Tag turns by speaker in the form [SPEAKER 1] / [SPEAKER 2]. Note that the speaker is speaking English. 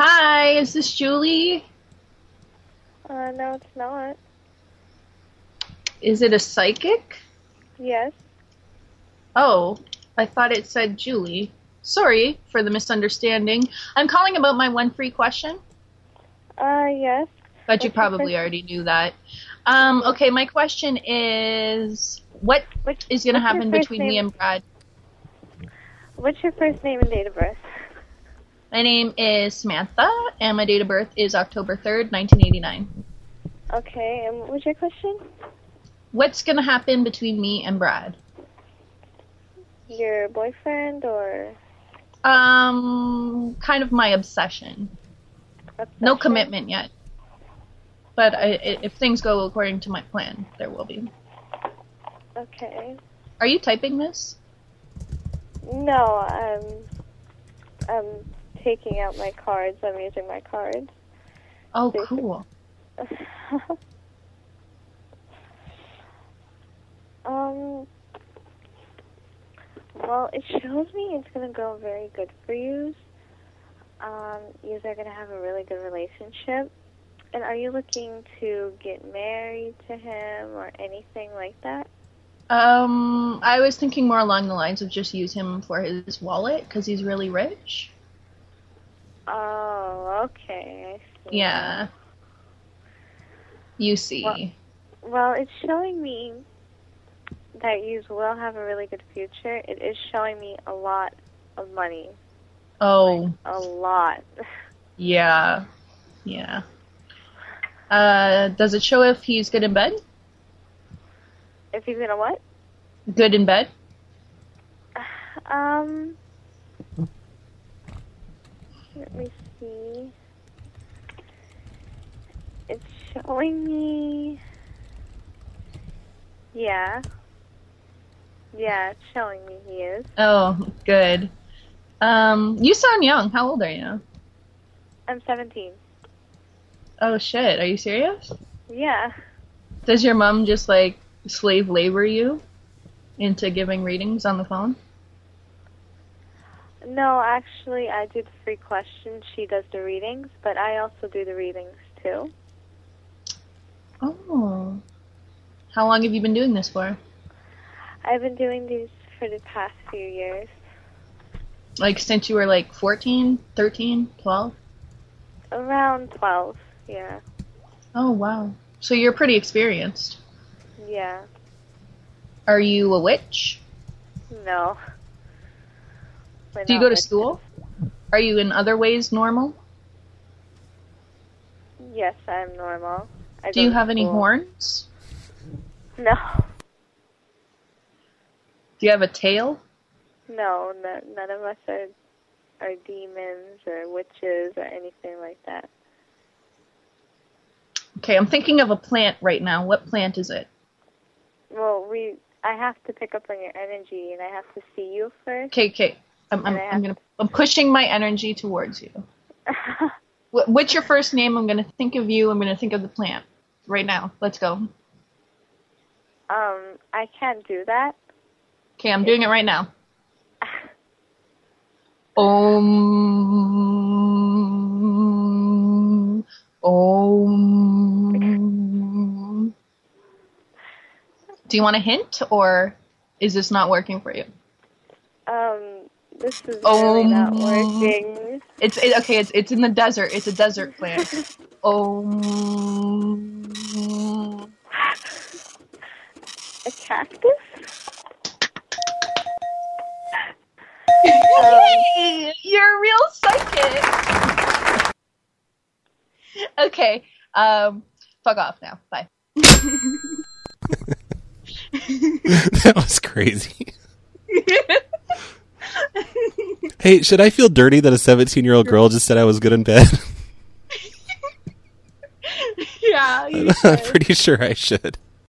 [SPEAKER 1] is this Julie?
[SPEAKER 2] Uh, no, it's not.
[SPEAKER 1] Is it a psychic?
[SPEAKER 2] Yes.
[SPEAKER 1] Oh, I thought it said Julie. Sorry for the misunderstanding. I'm calling about my one free question,
[SPEAKER 2] Uh, yes.
[SPEAKER 1] but you
[SPEAKER 2] What's your
[SPEAKER 1] probably
[SPEAKER 2] first-
[SPEAKER 1] already knew that. Um, okay, my question is what
[SPEAKER 2] What's,
[SPEAKER 1] is going to
[SPEAKER 2] what's your
[SPEAKER 1] happen
[SPEAKER 2] first
[SPEAKER 1] between me
[SPEAKER 2] name?
[SPEAKER 1] and Brad?
[SPEAKER 2] What's your first name and date of birth?
[SPEAKER 1] My name is Samantha, and my date of birth is October 3rd, 1989.
[SPEAKER 2] Okay, and what was your question?
[SPEAKER 1] What's going to happen between me and Brad?
[SPEAKER 2] Your boyfriend or
[SPEAKER 1] Um, kind of my obsession. No
[SPEAKER 2] obsession?
[SPEAKER 1] commitment yet. But I, i- if things go according to my plan, there will be.
[SPEAKER 2] Okay.
[SPEAKER 1] Are you typing this?
[SPEAKER 2] No, um, I'm taking out my cards. I'm using my cards.
[SPEAKER 1] Oh,
[SPEAKER 2] Yes.
[SPEAKER 1] cool.
[SPEAKER 2] um. Well, it shows me it's gonna go very good for you. Um, you are gonna have a really good relationship. And are you looking to get married to him or anything like that?
[SPEAKER 1] Um, I was thinking more along the lines of just use him for his wallet because he's really rich.
[SPEAKER 2] Oh, okay. I see.
[SPEAKER 1] Yeah. You see.
[SPEAKER 2] Well- Well, it's showing me that you will have a really good future. It is showing me a lot of money.
[SPEAKER 1] Oh,
[SPEAKER 2] A lot.
[SPEAKER 1] yeah. Yeah. Uh, does it show if he's good in bed?
[SPEAKER 2] If he's gonna what?
[SPEAKER 1] Good in bed?
[SPEAKER 2] Um. Let me see. It's showing me. Yeah. Yeah, it's showing me he is.
[SPEAKER 1] Oh, good. Um, you sound young. How old are you?
[SPEAKER 2] I'm 17.
[SPEAKER 1] Oh shit, are you serious?
[SPEAKER 2] Yeah.
[SPEAKER 1] Does your mom just like slave labor you into giving readings on the phone?
[SPEAKER 2] No, actually, I do the free questions. She does the readings, but I also do the readings too.
[SPEAKER 1] Oh. How long have you been doing this for?
[SPEAKER 2] I've been doing these for the past few years.
[SPEAKER 1] Like since you were like 14, 13, 12?
[SPEAKER 2] Around 12, yeah.
[SPEAKER 1] Oh wow. So you're pretty experienced.
[SPEAKER 2] Yeah.
[SPEAKER 1] Are you a witch?
[SPEAKER 2] No. We're
[SPEAKER 1] Do you
[SPEAKER 2] not
[SPEAKER 1] go to
[SPEAKER 2] like-
[SPEAKER 1] school? Are you in other ways normal?
[SPEAKER 2] Yes, I'm normal. I go
[SPEAKER 1] Do you
[SPEAKER 2] to
[SPEAKER 1] have any
[SPEAKER 2] school.
[SPEAKER 1] horns?
[SPEAKER 2] No.
[SPEAKER 1] Do you have a tail?
[SPEAKER 2] No, no, none of us are, are demons or witches or anything like that.
[SPEAKER 1] Okay, I'm thinking of a plant right now. What plant is it?
[SPEAKER 2] Well, we. I have to pick up on your energy, and I have to see you first.
[SPEAKER 1] Okay, okay. I'm, I'm,
[SPEAKER 2] And I
[SPEAKER 1] I'm gonna. I'm pushing my energy towards you. Wh- What's your first name? I'm gonna think of you. I'm gonna think of the plant right now. Let's go.
[SPEAKER 2] Um, I can't do that.
[SPEAKER 1] Okay, I'm doing it right now. Om. Om. Do you want a hint, or is this not working for you?
[SPEAKER 2] Um, this is
[SPEAKER 1] Oh.
[SPEAKER 2] really not working.
[SPEAKER 1] It's it, okay. It's it's in the desert. It's a desert plant. Om.
[SPEAKER 2] A cactus? Um,
[SPEAKER 1] Yay! You're a real psychic. Okay. Um, fuck off now. Bye.
[SPEAKER 3] that was crazy. hey, should I feel dirty that a 17 year old girl just said I was good in bed?
[SPEAKER 1] yeah. You
[SPEAKER 3] I'm
[SPEAKER 1] should.
[SPEAKER 3] pretty sure I should.